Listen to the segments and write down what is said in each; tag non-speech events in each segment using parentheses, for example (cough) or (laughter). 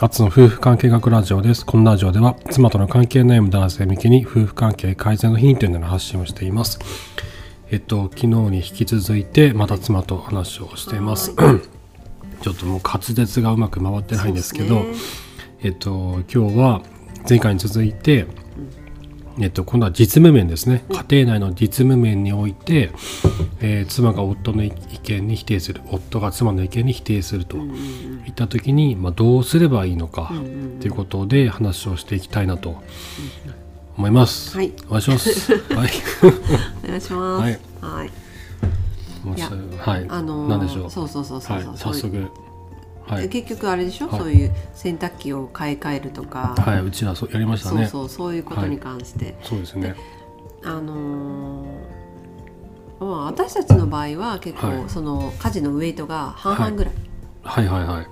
アツの夫婦関係学ラジオです。このラジオでは、妻との関係の悩む男性向けに、夫婦関係改善のヒントになる発信をしています。えっと、昨日に引き続いて、また妻と話をしています。 (laughs) ちょっともう滑舌がうまく回ってないんですけど、そうですえっと、今日は前回に続いて、えっと、今度は実務面ですね家庭内の実務面において、えー妻が夫の意見に否定する夫が妻の意見に否定するといった時に、まあ、どうすればいいのかということで話をしていきたいなと思います。はいお願いします。 (laughs) はい。お願いします。はい。もういやすぐはい。あのーなんでしょう。そうそうそうそうそうはい。早速。はでい。結局あれでしょ、はいそういう洗濯機を買い替えるとか、はい。うちらそうやりましたそうね。そそううそういうことに関して、ですね。あのーまあ私たちの場合は結構、はいその家事のウェイトが半々ぐらい、はいはいはい。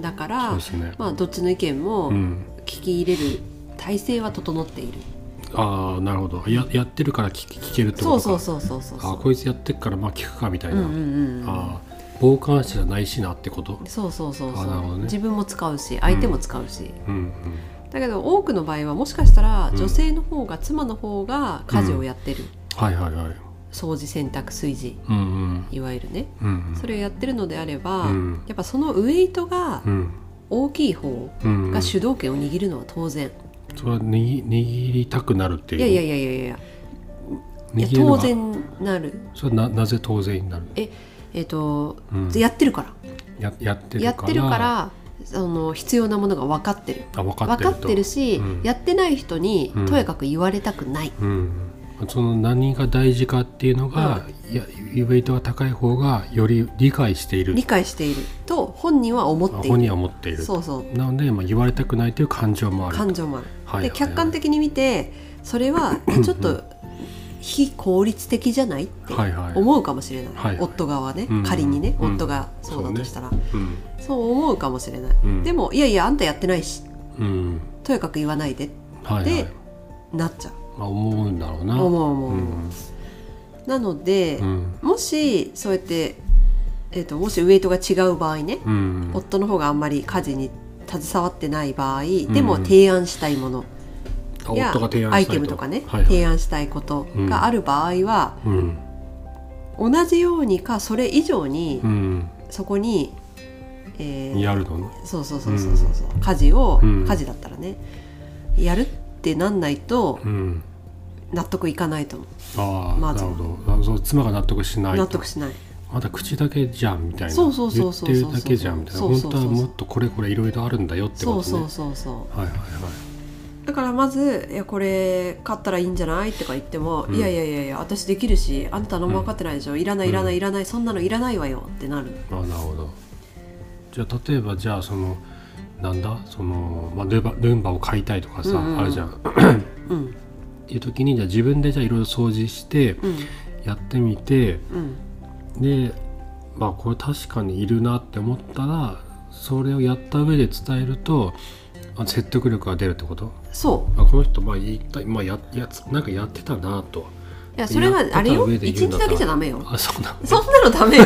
だかそうらですね。まあどっちの意見もうん。聞き入れる体制は整っている。ああなるほどややってるから聞聞けるってそこうとかそうそうそうそうあそ。こいつやってるからまあ聞くかみたいううな、んうんうん。あー傍観者じゃないしなってことそうそうそうそあなるほどう、ね自分も使うし相手も使うし、うんうんだけど多くの場合はもしかしたらうん女性の方が、妻の方が家事をやってる、はいはいはい掃除洗濯炊事うんうんいわゆるねうんそれをやってるのであれば、うんやっぱそのウェイトがうん大きい方うんうがん主導権を握るのは当然、それは握握りたくなるっていういやいややいやいやいや握れいやるの当は然なるそれはななぜ当然になる、ええっ、と、うん、やってるからややってるからやってるからその必要なものが分かってるあ分かっ分てかるとってるし、うんやってない人に、うんとやかく言われたくないうんその何が大事かっていうのが、いやウェイトが高い方がより理解している理解していると本人は思ってい本る人は持っているそうそうなので、まあ、言われたくないという感情もある感情もある、はいはいはでい客観的に見てそれはちょっと非効率的じゃないってはいはい思うかもしれない、はいはい夫側ね、うん仮にね、うん夫がそうだとしたらそう,、うん思うかもしれない、うんでもいやいやあんたやってないしうんとやかく言わないでってはいはいなっちゃう、まあ、思うんだろうな思う思うう思んうなので、うんもしそうやって、えー、ともしウエイトが違う場合ね、うん夫の方があんまり家事に携わってない場合んでも提案したいものあや夫が提案したいとアイテムとかね、はいはい提案したいことがある場合は、うん同じようにかそれ以上にうんそこに、えーやるのねそうそうそうそうそうそう家事を、うん家事だったらねやるってなんないとうん納得いかないと思ああ、まなずるほどあそう妻が納得しなうい納得しないまだ口だけじゃんみたいなそうそうそうそうそう言ってるだけじゃんみたいなそう本そうそう当はもっとこれこれいろいろあるんだよってことそねうそうそうそはいはいはうだからまず「いやこれ買ったらいいんじゃない?」とか言っても「うんいやいやいやいや私できるしあんたのも分かってないでしょ、いらないいらないいらないそんなのいらないわよ」ってなるいあなるほどじゃあ例えばじゃあそのなんだその、まあ、ルンバルンバを買いたいとかさ、うんうんうんあるじゃんうんいう時にじゃあ自分でじゃあいろいろ掃除してうんやってみて、うんでまあこれ確かにいるなって思ったらそれをやった上で伝えるとあ説得力が出るってことそうあこの人まあ言った、まあ、ややつなんかやってたなといやそれはやってたあれよ上で一言うんだ日っただらけじゃダメよあそうなのそんなのダ (laughs) メよ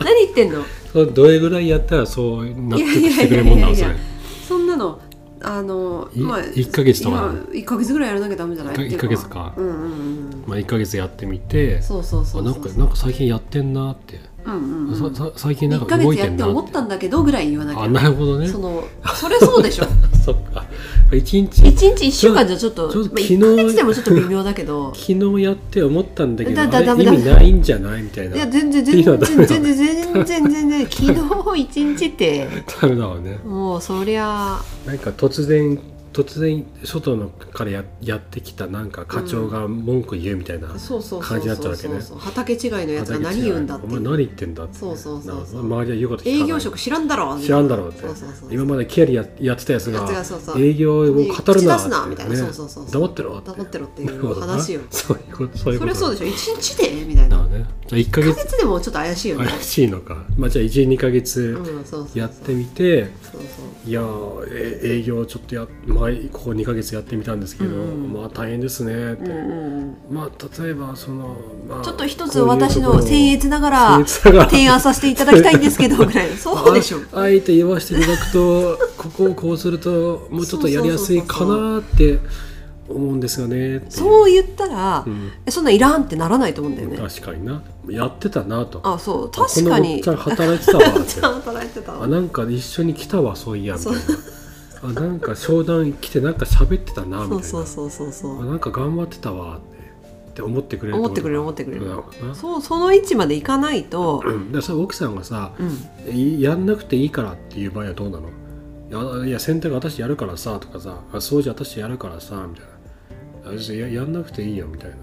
何言ってんのそれどれぐらいやったらそう納い得やいやしていくれやるもんいなやのいそやれそんなのあのい一ヶ月とかなの今一ヶ月ぐらいやらなきゃダメじゃない一かっていう一ヶ月かうんうんうんまあ、1か月やってみてそうそうそうあなそうんかなんか最近やってんなって、うんうんうさんさ最近なん一かヶ動月いてやっんてな思っってたんだけどぐらい言わなきあゃなるほどねそのそれそうでしょ (laughs) そっか一日一日一週間じゃちょっとちょっとまあ昨日一ヶ月でもちょっ (laughs) と微妙だけど昨日やって思ったんだけどだだあれダメ意だ味ないんじゃないみたいいやな全然い全いのダ然メ全だ然全然全然昨日一日って (laughs) ダメだわねもうそりゃなんか突然突然外のからややってきたなんか課長が文句言うみたいな、そうそうそ感うじそだうったそわけうね畑違いのやつが何言うんだっておい前う何言ってんだってそうそうそうそうな周りは言うこと聞かない営業職知らんだろ知らんだろうってそうそうそう今までキャリアやってたやつやがつがそうそう営業を語るなって口出すなみたいなそうそうそうそう黙ってろ黙ってろっていうなるほどな話よ (laughs) そういうことそういうそこれとはそうでしょ一日でみたいだなよねねじゃあ1ヶ1月ヶ月でもちょっと怪しいよね怪しいのかまあじゃあ12ヶ月うんそうそうやってみて、そうそういやーえ営業ちょっとや前ここ2ヶ月やってみたんですけど、うんうんまあ大変ですねって、うんうんうんまあ例えばその、まあ、ちょっと一つ私の僭僭越ながら越ながら提案させていただきたいんですけどぐ (laughs) らいのそうでしょうああえて言わせていただくと (laughs) ここをこうするともうちょっとやりやすいかなって思うんですよねってそう言ったら、んえそんないらんってならないと思うんだよね確かになやってたなとあそう確かにこのおっちゃん働いてたわって (laughs) ちゃん働いてたあわなんか一緒に来たわそういやみたいなあなんか商談来てなんか喋ってたなみたいそなうそうそうそうそあうなんか頑張ってたわってって思ってくれる思ってくれる思っってくれるなそうその位置までいかないと、うん、でそれ奥さんがさ「うん、いやんなくていいから」っていう場合はどうなのいやいや洗濯私やるからさとかさあ掃除私やるからさみたいなあ別にややんなくていいよみたいな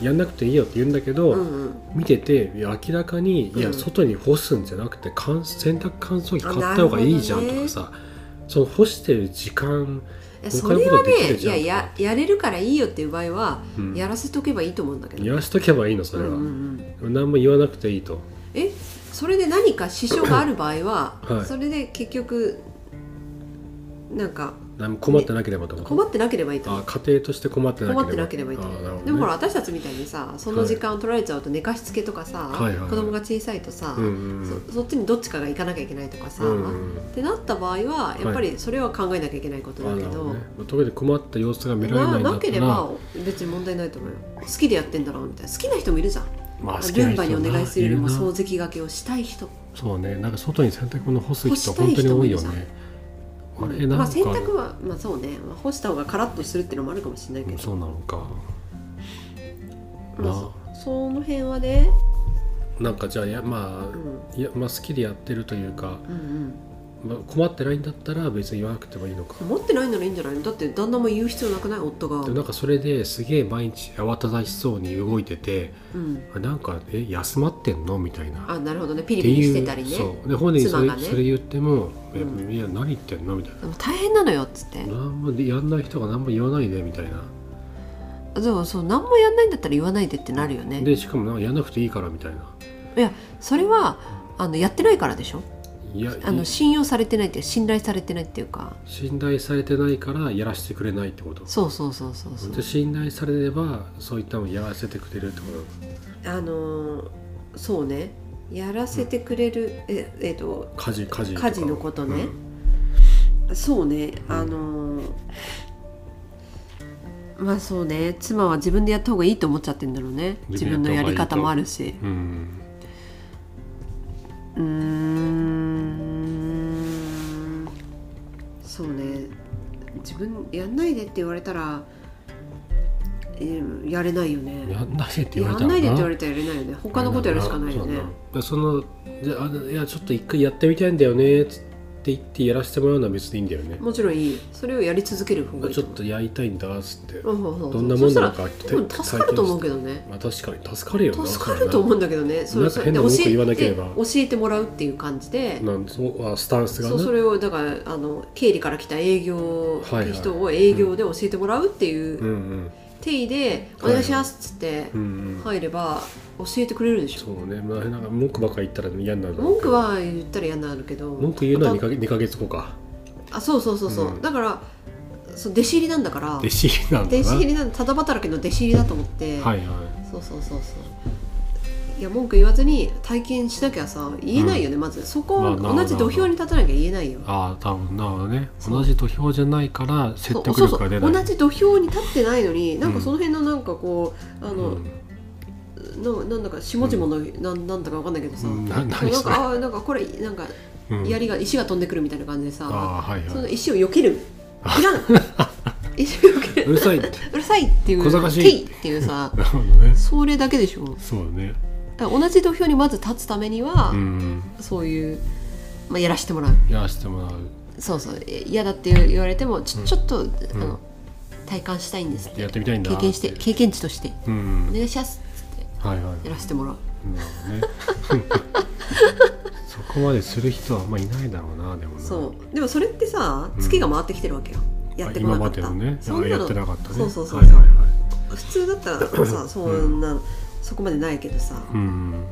やんなくていいよって言うんだけど、うんうん見てていや明らかにいやうん外に干すんじゃなくて乾洗濯乾燥機買った方がいいじゃんとかさ、その干してる時間え他そのこれとはできるねいじゃんやややれるからいいよっていう場合は、うんやらせとけばいいと思うんだけどやらしとけばいいのそうんれは、うんうん何も言わなくていいとえそれで何か支障がある場合は、はいそれで結局なんか何も困ってなければと思困ってなければいいと思あう家庭として困ってなければ困ってなければいいと思あなるほう、どねでもほら私たちみたいにさその時間を取られちゃうと寝かしつけとかさ、はいはいはい子供が小さいとさ、うんうんうんそそっちにどっちかが行かなきゃいけないとかさ、うんうんってなった場合はやっぱりそれは考えなきゃいけないことあだけなるほどどね、特に困った様子が見られまなあいんだなっけたれらば別に問題ないと思うよ好きでやってんだろうみたいな好きな人もいるじゃん、まあ好きルなン人バはにお願いするよりもいるな掃除機がけをしたい人そうねなんか外に洗濯物干す干人したい本当に多いよ人もいねあれまなあん洗か、濯はまあそうね、まあ、干した方がカラッとするっていうのもあるかもしれないけど、そうなのかまあまそその辺はね、あなんかじゃあいやまうん、うんあいやまあ好きでやってるというか、うんまあ、困ってないんだったら別に言わなくてもいいのか、持ってないならいいんじゃないのだって旦那も言う必要なくない夫がでもなんかそれですげえ毎日慌ただしそうに動いててうん、あなんかえ休まってんのみたいなあなるほどねピっリてピリいしうてたりねそうで本人にそれ,、妻がねそれ言っても「えうんいや何言ってんの?」みたいなでも大変なのよっつって「何もやんない人が何も言わないで」みたいなでもそう何もやんないんだったら言わないでってなるよねでしかもなんかやんなくていいからみたいないやそれはあのやってないからでしょいやあの信用されてないっていう信頼されてないっていうか信頼されてないからやらせてくれないってことそうそうそうそうそうで信頼されればそういったのやらせてくれるってことあのーそうねやらせてくれる、ええっと家事家事とか家事のことね、そうねあのーまあそうね妻は自分でやった方がいいと思っちゃってるんだろうね自分のやり方もあるしうん、うんうーんそうね自分やんないでって言われたら、えーやれないよねやんないでって言やわれたんらないでって言われたらやれないよね他のことやるしかないよねそうそのじゃあのいやちょっと一回やってみたいんだよねっつって言ってやらせてもらうのは別にいいんだよねもちろんいいそれをやり続ける方がいいちとょっ思うとやりたいんだっつって、うんうんうんどんなもんなのそかしたら多分助かると思うけどねまあ、確かに助かるよな助かると思うんだけどねそなれんかそれ変でな教文句言わなえけれてば教えてもらうっていう感じでなんそうあスタンスがそうねそれをだからあの経理から来た営業はいはい人を営業で教えてもらうっていううんうん定位で「おはい願いします」っつってうんうん入れば教えてくれるでしょそうね、まあ、なんか文句ばっかり言ったら嫌になるだろう文けど句は言ったら嫌になるけど文句言うのは 2, か2ヶ月後かあそうそうそうそう、うんだからそう弟子入りなんだから弟子入りなんだ弟な子入りなんただ働きの弟子入りだと思って、はいはそうそうそうそういや文句言わずに体験しなきゃさ言えないよね、まずそこまあをな同じ土俵に立たなきゃ言えないよいああ多分なるほどねそう同じ土俵じゃないからそ説う得そう力そがう出ない同じ土俵に立ってないのになんうかんその辺のなんかこうあの、ななんだか下々の、なんなんだかわかんないけどさ、うんなそう何なんそれかあーなんかこれなんかうんうん槍が石が飛んでくるみたいな感じでさ、ああはいそのはい石を避 (laughs) けるいらん石を避けうるるさ (laughs) いってうるさいっていう小賢しいていっていうさなるほどねそれだけでしょだかそうねら同じ土俵にまず立つためには、うんそういう、まあ、やらしてもらうやらせてもらうそうそうえ嫌だって言われてもちょちょっと、あうんの体感したいんですってやってみたいんだ経験して経験値としてうんお願いしますっつってはいはいやらせてもらうなるほどね (laughs) そこまでする人はあんまいないだろうなでもなそうでもそれってさ月が回ってきてるわけよ、やってこ今まなかったでのねそんなのやってなかったねそうそうそう、はいはいはい普通だったらさそんな、そこまでないけどさうん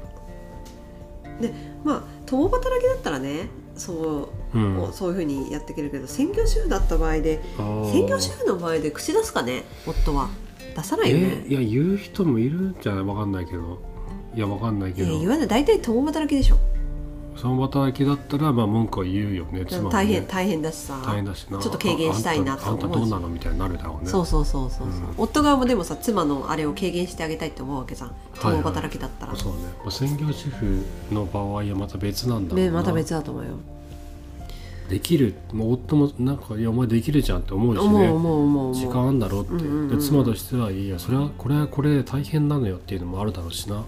まあ共働きだったらねそうう、んもうそういうふうにやっていけるけど専業主婦だった場合であー専業主婦の場合で口出すかね夫は出さないよねえ、いや言う人もいるんじゃないわかんないけどいやわかんないいけやど言わない大体共働きでしょその働きだったらまあ文句は言うよね妻もね大変大変だしさ大変だしなちょっと軽減したいなとあんた思あうんしたどうなのみたいになるだろうねそうそうそうそうそう、うん夫側もでもさ妻のあれを軽減してあげたいって思うわけじゃんいはい共働きだったら、そうね、まあ、専業主婦の場合はまた別なんだろうねなまた別だと思うよできるもう夫もなんか「いやお前できるじゃん」って思うしね思う思う思う思う時間あんだろうって、うんうんうんで妻としてはいやそれはこれはこれで大変なのよっていうのもあるだろうしな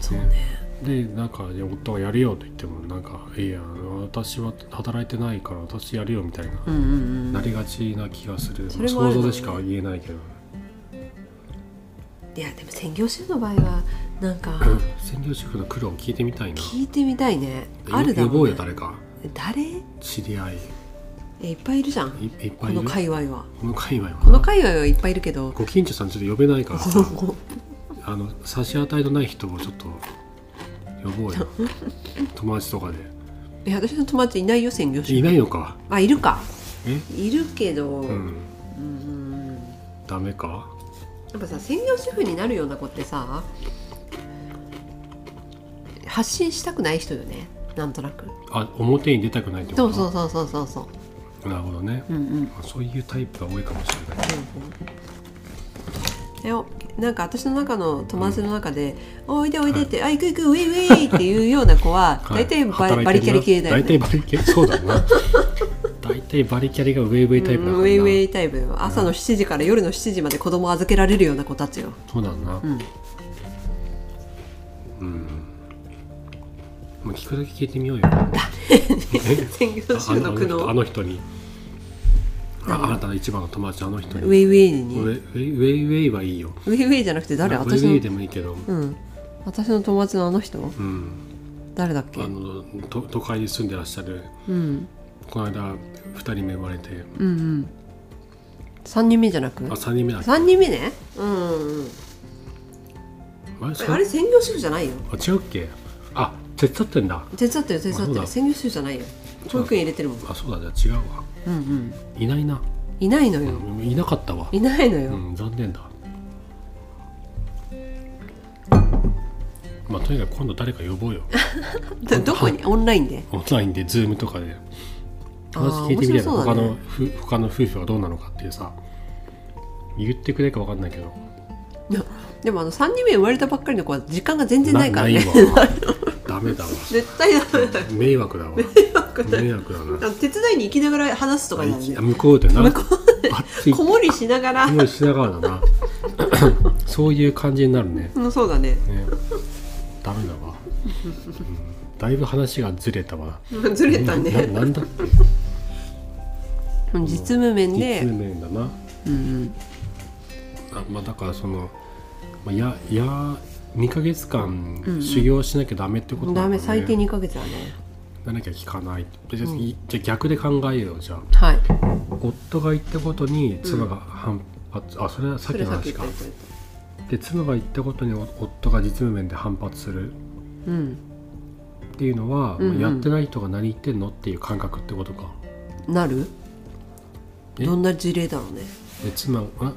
そうねでなんかいや夫がやるよと言ってもなんか「いや私は働いてないから私やるよ」みたいな、うんうんうなんりがちな気がする、それもあ想るだ像ろうねでしか言えないけど (clears throat) いやでも専業主婦の場合はなん (clears throat) か専業主婦の苦労を聞いてみたいな聞いてみたいねよあるだ呼ぼろうよう、ね、誰か誰知り合いえいっぱいいるじゃんいいっぱこいいのる界隈はこの界隈はこの界隈はいっぱいいるけどご近所さんちょっと呼べないからさそうそうあの差し当たりのない人をちょっと呼ぼ (laughs) うよ友達とかでえ私の友達いないよ専業主婦いないのかあいるかえいるけど、う、うんんうんダメかやっぱさ専業主婦になるような子ってさ発信したくない人よねなんとなくあ表に出たくないってことそうそうそうそうそうそうなるほどね、うんうんまあそういうタイプが多いかもしれないえおなんか私の中の友達の中で「おいでおいで」って「あ行く行くウェイウェイ」っていうような子ははい大体バ,、働いてるなバリキャリ系だよね大体バリキャリそうだ (laughs) な大体バリキャリがウェイウェイタイプだからうなんウェイウェイタイプよ朝の7時から夜の7時まで子供預けられるような子たちよそうだなうんうん、まあ、聞くだけ聞いてみようよえ (laughs) 専業主あ婦のあの人あの苦悩の人にああなたの一番の友達あの人にウェイウェイにウウェイェウェイウェイウェイはいいよウェイじゃなくて誰ウェ私イウェイのでもいいけど、うん私の友達のあの人うん、誰だっけあの都都会に住んでらっしゃるうんこの間2人目生まれてうんうん3人目じゃなくあ3人目だっけ3人目ねうんうんうんあれそあれ専業主婦じゃないよあ違うっけあ手伝ってんだ手伝ってる手伝あそっうてだる専業主婦じゃないよ保育園入れてるもんあそうだじゃあ違うわうんうんいないないないのよいなかったわいないのうよん残念だまあとにかく今度誰か呼ぼうよだどこにオンラインでオンラインでズームとかであー話聞いてみれば、面白そう他だねのふ他の夫婦はどうなのかっていうさ言ってくれるかわかんないけどいやでもあの3人目生まれたばっかりの子は時間が全然ないからねな (laughs) ないわダメだわ絶対ダメだよ迷惑 (laughs) だわ迷惑だあ (laughs) の手伝いに行きながら話すとかなんなであ向こうでな向こうであっちこもりしながら思いしながらだ (laughs) なそういう感じになるねうんそうだねねダメだわ、うんだいぶ話がずれたわうんずれたねななんだってうん実務面実で面だなうんあまあだからその、まあ、やや2ヶ月間修行しなきゃダメってこうとんなダのメね最低2ヶ月だねならなきゃ聞かないじゃ,、じゃあ逆で考えようじゃあはい夫が言ったことに妻が反発、あそれはさっそきれのさっ話き言かったやつで妻が言ったことに夫が実務面で反発するうんっていうのは、うんうんやってない人が何言ってんのっていう感覚ってことかなるえどんな事例だろうねで妻あ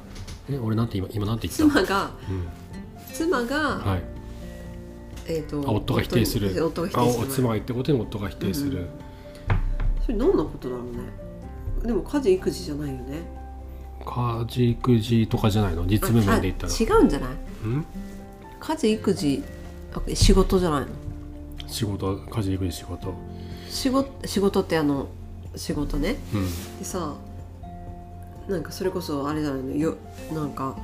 え俺なんて今今なんて言った妻がうん妻が、はい、えー、とあ夫が否定する夫に夫が否定すある妻が言ったことに夫が否定する、それ何のことだろうねでも家事育児じゃないよね家事育児とかじゃないの実務面で言ったらああ違うんじゃないうん家事育児あ仕事じゃないの仕事家事育児仕事仕事仕事ってあの仕事ねうんでさなんかそれこそあれだよねよなんか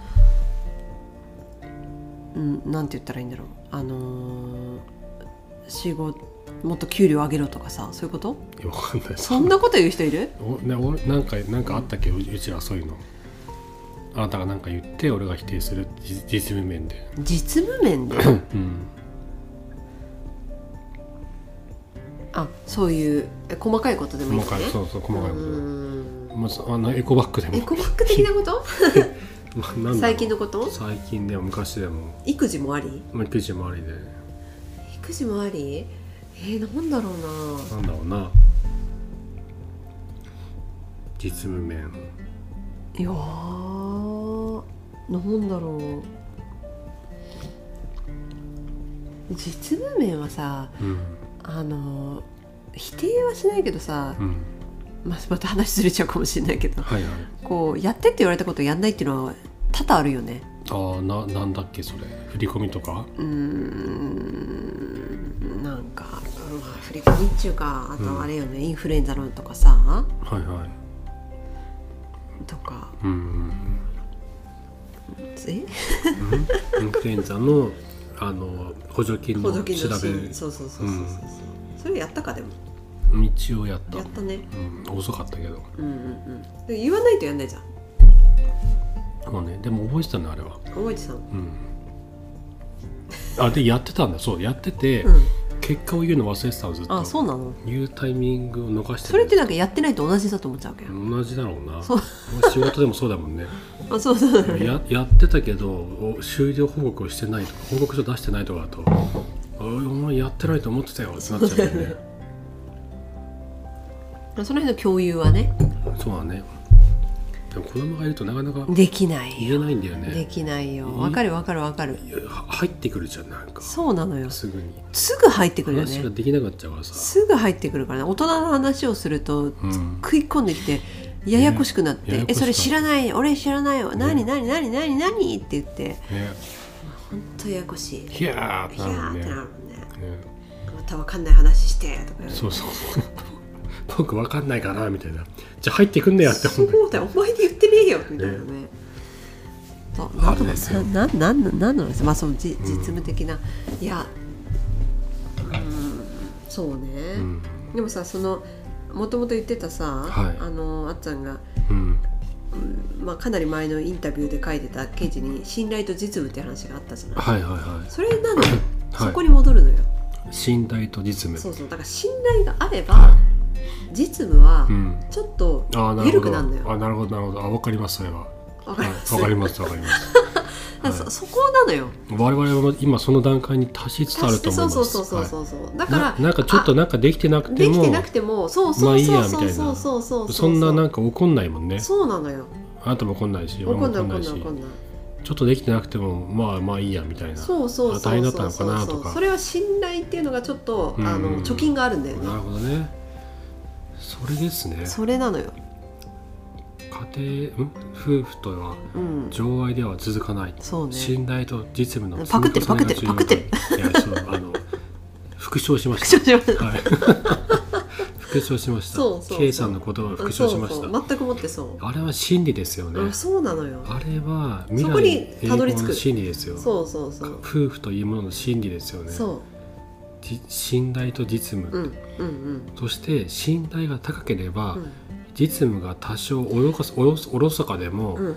うんなんて言ったらいいんだろうあのー仕事もっと給料上げろとかさそういうこといやわかんないそんなこと言う人いるおなおなんかなんかあったっけううちらそういうのあなたが何か言って俺が否定するじ実務面で実務面でうん (coughs) あそういうえ細かいことでもいい細ですかねいそうそう細かいこうーんとまあそあのエコバッグでもエコバッグ的なことま (laughs) あなんだろう最近のこと最近でも昔でも育児もありまあ育児もありで育児もありえー、なんだろうななんだろうな実務面いやーなんだろう実務面はさうんあの否定はしないけどさ、うんまあ、また話ずれちゃうかもしれないけどはいはいこうやってって言われたことをやんないっていうのは多々あるよねああななんだっけそれ振り込みとかうーんなんか、まあ、振り込みっちゅうかあとあれよね、インフルエンザのとかさはいはいとかうんうんうえんインフルエンザのあの補助金補の助調金のシべーンそうそうそうそうそうう、んそれやったかでも道をやったやったねうん、遅かったけどうんうんうんで言わないとやんないじゃんまあねでも覚えてたねあれは覚えてたの (laughs) うんあでやってたんだそうやってて、うん結果を言うの忘れてたのずっとあそうなの言うタイミングを逃してそれってなんかやってないと同じだと思っちゃうわけよ、同じだろうなそう仕事でもそうだもんねあそうそうだねややってたけどお終了報告をしてないとか報告書出してないとかだと「おいお前やってないと思ってたよ」ってなっちゃうもんねその辺の共有はねそうだねでも子供がいるとなかなかできない言えないんだよでねきないよわかるわかるわかるは入ってくるじゃんなんかそうなのよすぐにすぐ入ってくるよ話がねできなくなっちゃうからさ、すぐ入ってくるからね大人の話をするとうん、食い込んできてややこしくなって「ねややこえしかったそれ知らない俺知らないよ何ね何何何何?」って言ってねほんとややこしい「いヒャーってやー」なっるよてなるもんねねねまたわかんない話してとかそう (laughs) そう僕わかんないかなみたいなじゃあ入ってくんねやって思そううんだけどだよお前で言ってねえよみたいなね。となんあとるかですよななんなんなんなんなんですまあそのじ実務的な、いやうんそうね、うんでもさそのもともと言ってたさ、はいあのあっちゃんが、うんうんまあ、かなり前のインタビューで書いてた記事に信頼と実務って話があったじゃないはいはいはそれなのよ、いそこはに戻るのよい信頼と実務そうそうだから信頼があれば、は実務はいうんちょっとあーなる緩ほくなるのどよあなるほどなるほどあわかりますそれはわかはりいます、わかりますわかりますだからそそこなのよ我々は今その段階に達しつつあ達るしとて思いそうますそうそうそうそうそう、だからななんかちょっとあなんかできてなくてできもてなくてもそうまそあういいそやうみそたいうなそうそうそうそんななんんか怒んないもんねそうなのよあなたも怒んないし俺も怒んない怒んな怒んいなしい怒んないちょっとできてなくてもまあまあいいやみたいなそうそうあそ大変うだったそうのかなそうそとうかそれは信頼っていうのがちょっとあうんの貯金があるんだよなるねほどねそれですねそれなのよ家庭ん夫婦とはうん情愛では続かないそうね信頼と実務のパクってる積み重ねがパクってる重要だいやそうあ (laughs) の復唱しま復し唱しましたたはい復唱しましたそうそうそう K さんの言葉を復唱しましたそうそう全くもってそあれは真理ですよねう、あそうなのよあれは未そこ来に永たどり劫着のく真理ですよそうそうそう夫婦というものの真理ですよねそじ信頼と実務、ううんうんうんそして信頼が高ければ、うん実務が多少おろかすおろすおろそかでも、うん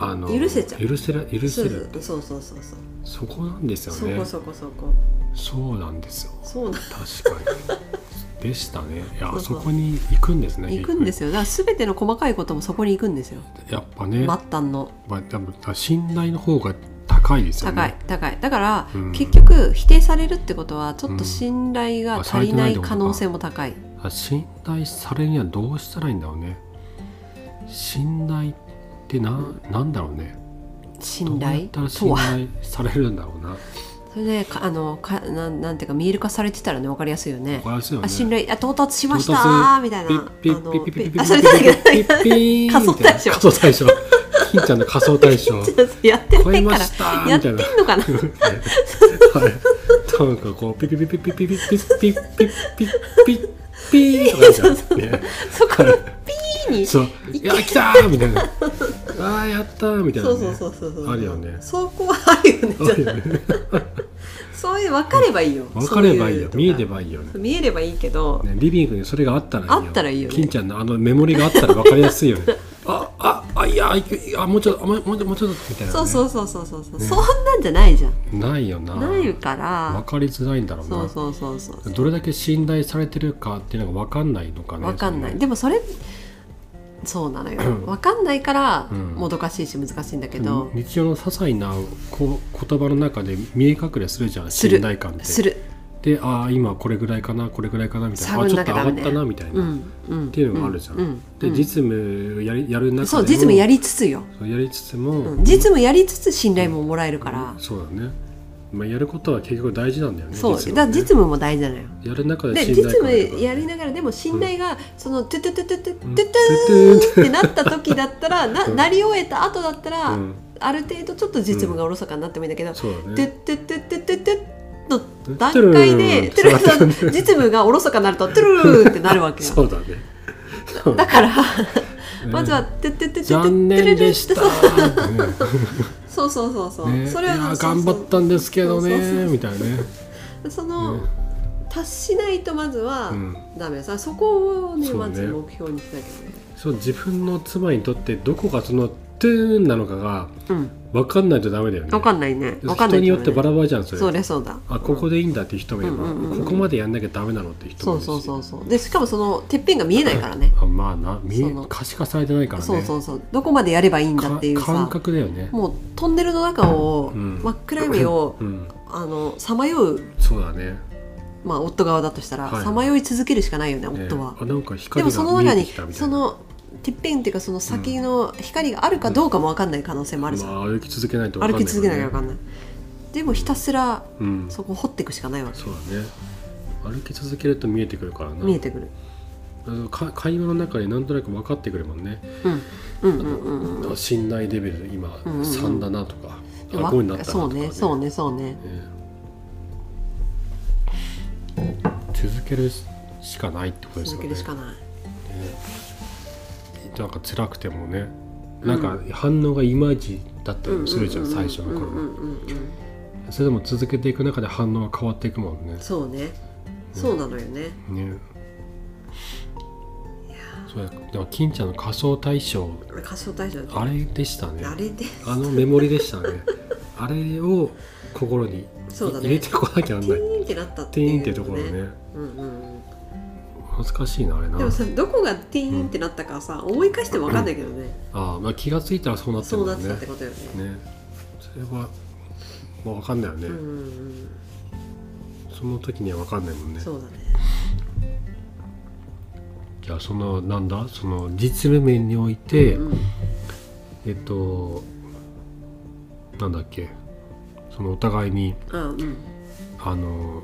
あの許せちゃう許せら許そせうるそうそうそうそそうこなんですよそねこそこそこそうなんですよそうな確か (laughs) にでしたねいやそうそうそこに行くんですね行くんですすよだから全ての細かいこともそこに行くんですよやっぱね、末ま端のあ、多分信頼の方が高いですよね高い高いだから、うん結局否定されるってことはちょっうんと信頼が足りない可能性も高い、あ信頼されるにはどうしたらいいんだろうね信頼ってな,、ん、なんだろうね信頼どうやったらと信は頼されるんだろうなそれねかあのかなんなんていうか見える化されてたらね分かりやすいよねこれですよねあ信頼あ到達しました到ー達みたいなピッピあッのピッピッピッピピッあそれなんだけどピッピッ仮想大賞仮想大賞金ちゃんの仮想大賞 (laughs) ちょっとやって超なえいかまらしたー (laughs) みやってたいんなのかなはいなんかこうピピピピピピピピピピピピピピーとかじゃんね (laughs) そこのピーにそういや来たーみたいなあーやったーみたいなそねうそうそうそうそうあるよねそこはあるよね (laughs) あるよね (laughs) そういう分かればいいよ (laughs) 分かればいいよそう見うえのとかればいいよね見えればいいけど、ねリビングにそれがあったらいいよあったらいいよね金ちゃんのあのメモリがあったら分かりやすいよ (laughs) ねあああいやあいやあもうちょっとあもうもうちょっともうちょっとみたいなね、そうそうそうそうそう、うねそんなんじゃないじゃん、ないよなないから分かりづらいんだろうなそうそうそうそうどれだけ信頼されてるかっていうのが分かんないのかね分かんないそのでもそれそうなのよ分かんないからうんもどかしいし難しいんだけど、日常の些細なこう言葉の中で見え隠れするじゃんする信頼感ってするでああ今これぐらいかなこれぐらいかなみたいな探あんちょなっきとゃ上がダメっねたなみたいな、うんうん、っていうのがあるじゃん、うんうんで実務やりやる中でもそう実務やりつつよ、そうやりつつも、うん実務やりつつ信頼ももらえるから、そうだね、まあ、やることは結局大事なんだよねそう実だはねから実務も大事なのよやる中でで信実頼感務が出るからやりながらでも信頼がそのトゥトゥトゥトゥトゥトうんゥトゥーンってなった時だったらななり終えた後だったら、うんある程度ちょっと実務がおろそかになってもいいんだけど、そうだトゥねトゥトゥトゥトゥトゥの段階でトトゥゥルルーンーン実務がおろそかになるとトゥルーンってなるわけよそうだねそうだからねまずはトゥトゥトゥトゥトゥトゥ残念でしたそうーってそうそうそうそ (laughs) う、ねねそれはいやーそうそう頑張ったんですけどねそうそうそうみたいなねその、ね達しないとまずはうんダメさ、そこをねそうねまず目標にしなきゃねそう自分の妻にとってどこがそのトゥーンなのかがうん分かんないとダメだよね分かんないね分かん人ないによってバララバラじゃんそれそれそうだあここでいいんだって人もいれば、うんうんうんうんここまでやんなきゃダメなのって人そもいうるしそうそうそうでしかもそのてっぺんが見えないからねあまあな見えその可視化されてないからねそうそうそうどこまでやればいいんだかっていう感さ覚だよねもうトンネルの中を、うん真っ暗闇をうんあのさまよう、そうだねまあ、夫側だとしたらはいさまよい続けるしかないよね夫はね、あなんかで光もそのが見え中てにきたみたいなそのてっぺんっていうかその先の光があるかどうかも分かんない可能性もあるじゃん、まあ、歩き続けないと分かん歩ないきからね、続けなきゃ分かんないでもひたすらうんそそこ掘っていくしかないわけ、うだね歩き続けると見えてくるからな見えてくるあのか会話の中でなんとなく分かってくるもんね、うんうんうんうんうんあ信頼レベル今うんうん3だなとか、であわ5になったなとか、そうねそうねそうねね続けるしかないってことですよ続ねけるしかないなんか辛くてもねなんか反応がいまいちだったりもするじゃん、うううう最初の頃、うんうんうんうんそれでも続けていく中で反応が変わっていくもんねそうねそうなのよねねそうやでも金ちゃんの仮想対象歌唱大賞だあれでしたねあれであのメモリでしたねあれを心にそうだね入れてこなきゃなんテないィーンってなったってティいーうンってところねうんうんうん難しいなあれなでもさどこがティーンってなったかはさ思い返しても分かんないけどねああ、まあ、気がついたらそうなってるそもうんねなってたってことよねねそれはまあ分かんないよね、うんうんその時には分かんないもんうねんそうだねじゃあそのなんだその実務面において、うんえっとなんだっけそのお互いにあうんあの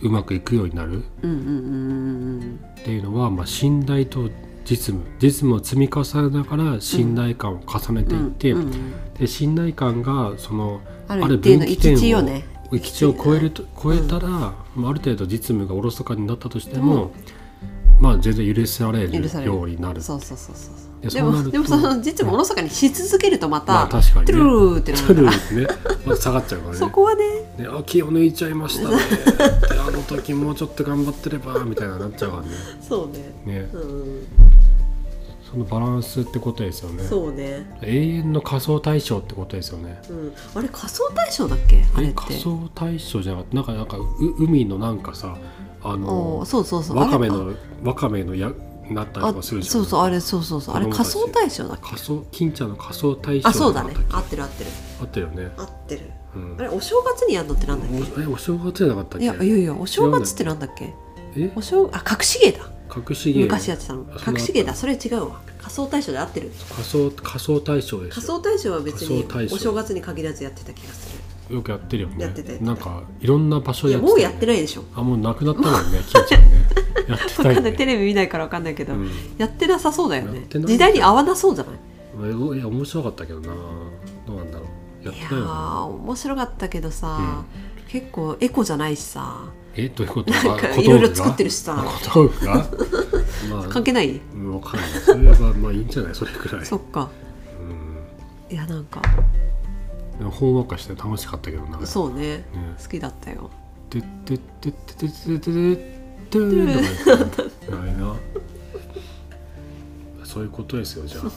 うまくいくようになるうんうんうんうんっていうのは、まあ、信頼と実務実務を積み重ねながら信頼感を重ねていって、うんうんで信頼感がそのある一定の一致よね行き地を超えると超えたら、まあ、ある程度実務がおろそかになったとしても、まあ全然許される許されるようになるそうそうそうそうででそうなるもとでもその実もおろそかにし続けるとまた、まあ確かにねトゥルルルってなトゥるルかーね、まあ、下がっちゃうかららねそこはねねあ気を抜いちゃいましたねであの時もうちょっと頑張ってればみたいななっちゃうからねそうねねうんそのバランスってことですよねそうね永遠の仮想対象ってことですよねうんあれ仮想対象だっけあれっえて仮想対象じゃなかったなんかなんかう海のなんかさあおーのそうそうそうわかめあれのわかめのやなったりあとかするじゃんそうそうあれそうそうそうあれ子供た仮ち想対象だっけ仮想金ちゃんの仮想対象あそうだねなかった合っってる合ってるけあったよね、合ってるうんあ、れお正月にやるのってなんだっおえお正月じゃなかったけっいけやいやいやお正月ってなんだっけえお正あ隠し芸だ隠し芸昔やってたのあそんな隠し芸だそれ違うわ仮想対象で合ってる仮想仮想対象です仮想対象は別仮に想対象お正月に限らずやってた気がすよくやってるよねやってたやってたなんかいろんな場所るいでややってたもよねうやってない (laughs) でしょあもうなくなったもんね金ちゃんねやってた分かよんない (laughs) テねレビ見ないから分かんないけど、うんやってなさそうだよやねってない時代に合わなそうじゃないいや面白かったけどなどうなんだろうやっいてやないのかー面白かったけどさ、結構エコじゃないしさなえどういうことなんかあ小道具がいろいろ作ってるしさあ小道具 (laughs) がまあ関係ないうんわかんないそれはまあいいんじゃないそれくらいそっかうんいやなんかでもほんわかして楽しかったけどなそうねね好きだったよてってってってってってってないなそういうことですよじゃあ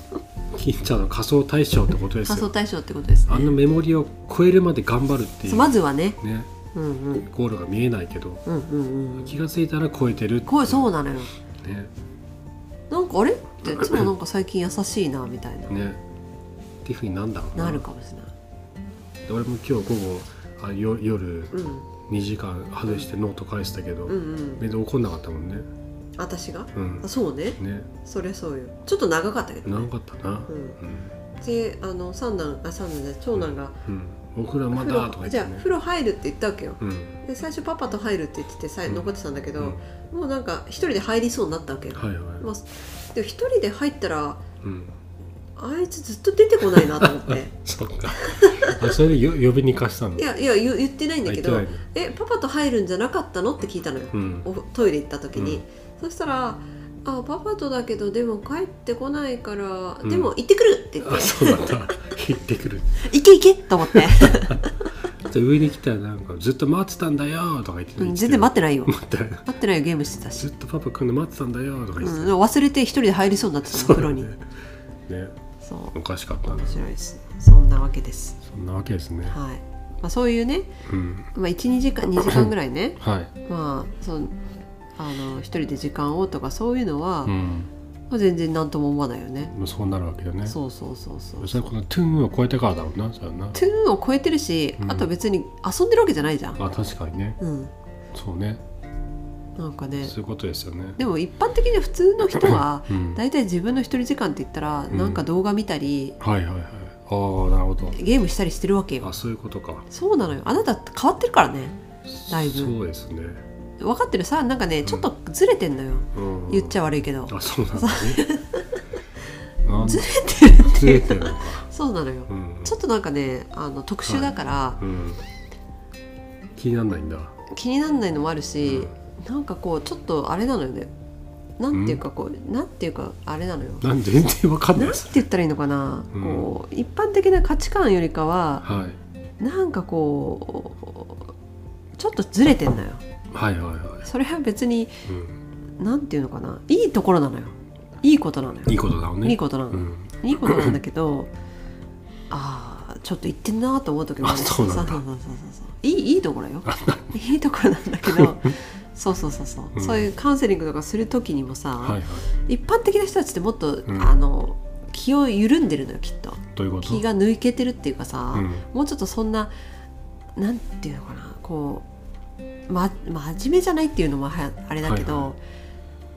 金ちゃんの仮想対象ってことで仮す想よ対象ってことですあねのメモリを超えるまで頑張るっていそううまずはねねうんうんゴールが見えないけどうんうんうん気がついたら超えてるってこれそうなのよねなんかあれっていつもなんか最近優しいなみたいな、ねっていうふうになんだろうななるかもしれないで俺も今日午後あよ夜うん2時間外してノート返したけど、うんうん全然怒んなかったもんね私がうんあそうねねそりゃそうよちょっと長かったけどね長かったなうんうん、であの三男あ三男じゃない長男がうん、僕らまだ風呂とかじ言ゃっあてね風呂入るって言ったわけようんで最初パパと入るって言っててさうん残ってたんだけうどん、もうなんか一人で入りそうになったわけよ、はいはい、まあ、でも一人で入ったらうんあいつずっと出てこないなと思って (laughs) そっかあそれでよ呼びに行かしたのいやいや言言ってないんだあけ行ってどないの「えパパと入るんじゃなかったの?」って聞いたのよ、うんおトイレ行った時に、そしたら「あパパとだけどでも帰ってこないから、んでも行ってくる」って言っあてそうなんだ行ってくる「行け行け!」と (laughs) 思って、で上に来たらなんかずっと待ってたんだよとか言ってうん全然待ってないよ待ってない待ってないよゲームしてたしず、っとパパ来るの待ってたんだよとかう言ってん、たでよ、も忘れて一人で入りそうになってたのそう風だ呂ねにねそうおかしかったな面白いですねそんなわけですそんなわけですねはい、まあ、そういうね、うんまあ、12時間2時間ぐらい (coughs) ねはいまあそのあの一人で時間をとかそういうのは、うまんあ、全然何とも思わないよねもうそうなるわけだねそうそうそうそうそれはこのトゥーンを超えてからだろうなそれはなトゥーンを超えてるし、うんあと別に遊んでるわけじゃないじゃんあ確かにねうんそうねなんかねそういうことですよねでも一般的に普通の人はうんはい大体自分の一人時間って言ったら、んなんか動画見たりはいはいああなるほどゲームしたりしてるわけよあそういうことかそうなのよあなた変わってるからねだいぶそうですね分かってるさなんかねちょっとずれてんのよ、うん言っちゃゃ悪いけどあそうなんだね (laughs) なんずだれてるずれてるのかそうなのよ、うんちょっとなんかねあの特殊だから、うん気にならないんだ気にならないのもあるし、なんかこうちょっとあれなのよねなんていうかこうなんていうかあれなのよなん全然わかんないなんでてす言ったらいいのかな、うんこう一般的な価値観よりかははいなんかこうちょっとずれてんのよはいはいはそれは別にい、うん、なんていうのかないいところなのよいいことなのよいいことだよねいいことなの、うん、いいことなんだけどああちょっと言ってんなと思う時もあるあそうなんだそうそうそうそうそういいいいとこ (laughs) ろよいいところなんだけどそうそうそうそう、うんそういうカウンセリングとかする時にもさ、はいはい一般的な人たちってもっと、うんあの気を緩んでるのよきっとどういうこと気が抜けてるっていうかさ、うんもうちょっとそんななんていうのかなこう、ま、真面目じゃないっていうのもはあれだけど、はいは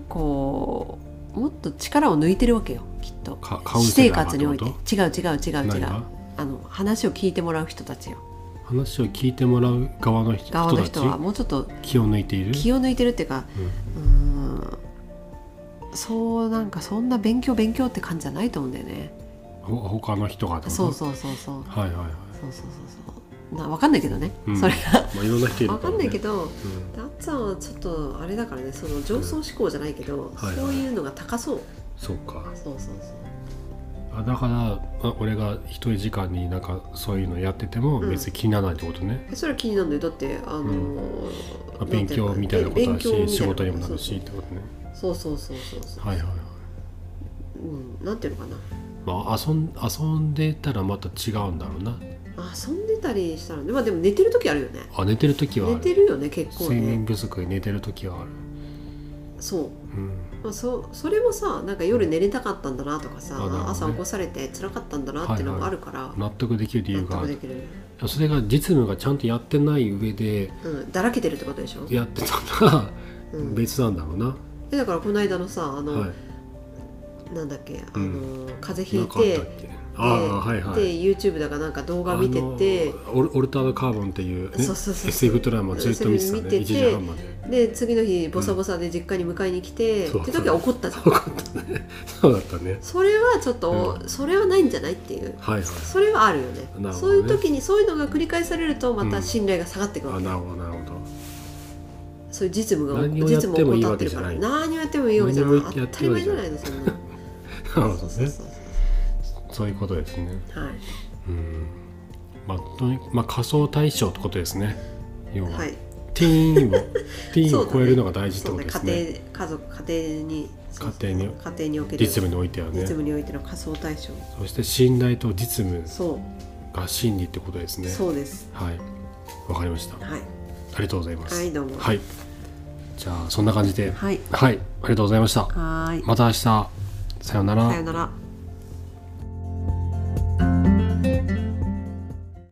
こうもっと力を抜いてるわけよきっとかカウン私セラ生ーが活においてってこ違う違う違何う違うがあの話を聞いてもらう人たちよ話を聞いてもらう側の人側の人人たはちもうちょっと気を抜いている気を抜いてるっていうかうんうーんそうなんかそんな勉強勉強って感じじゃないと思うんだよねほ他の人がってことそうそうそうそうはいはいはい、そうそうそうそうな分かんないけどね、うんそれがまあ、いろんな人いるか、分からね、んないけど、どダッツァンはちょっとあれだからねその上層志向じゃないけど、はいはいそういうのが高そうそうかそうそうそあだからあ俺が一人時間になんかそういうのやっててもうん別に気にならないってことね、うそれは気になるのよだってあのー、まあ勉強みたいなことだし勉強みたいな仕事にもなるしってことねそうそうそうそうそう、はいはいはいうん、なんていうのかなまあ遊ん遊んでたらまた違うんだろうな遊んでたりしたらねまあでも寝てる時あるよねあ寝てる時はあ寝るてるよね結構睡眠ね不足で寝てる時はある、そううん、まあ、そそれもさなんか夜寝れたかったんだなとかさ、あなるほどね朝起こされて辛かったんだなっていうのもあるから、納得できる理由納があ得でるきる、それが実務がちゃんとやってない上でうん、だらけてるってことでしょ、やってたらうん、で別なんだろうな、だからこの間のさあの、はいなんだっけあの、風邪ひないかったてっけああーはいはいで YouTube だかなんか動画見ててあのオルオルタードカーボンっていう,、ね、そうそうそう SF ドラマずっと見てたねそれ1見てて時半までで次の日ボサボサで実家に迎えに来て、そうって時は怒ったじゃん分かったねそうだったねそれはちょっと、それはないんじゃないっていうはいはいそれはあるよねほどねそういう時にそういうのが繰り返されるとまた信頼が下がってくるわあけ、なるほどなるほどそういう実務が何をやって実務もいい怠わっけてるじゃかならい何をやってもいいわけじゃな何をいや当ってもいいわけじゃないたり前じゃないのそんななるほどそうそうねそうそういうことですねそうはいうんまあとにまあ仮想対象ってことですね要は、はいティ (laughs) ーンをティーンそうをだね超えるのが大事ってそこうとねです家ね庭家族家庭にそうそう家庭に家庭における実務においては実ね務においての仮想対象そして信頼と実務そが真理ってことですうねそうですはいわかりましたはいありがとうございます。はいどうもはい。じゃあそんな感じで、はいはい、ありがとうございました。はーいまた明日。さようならさよなら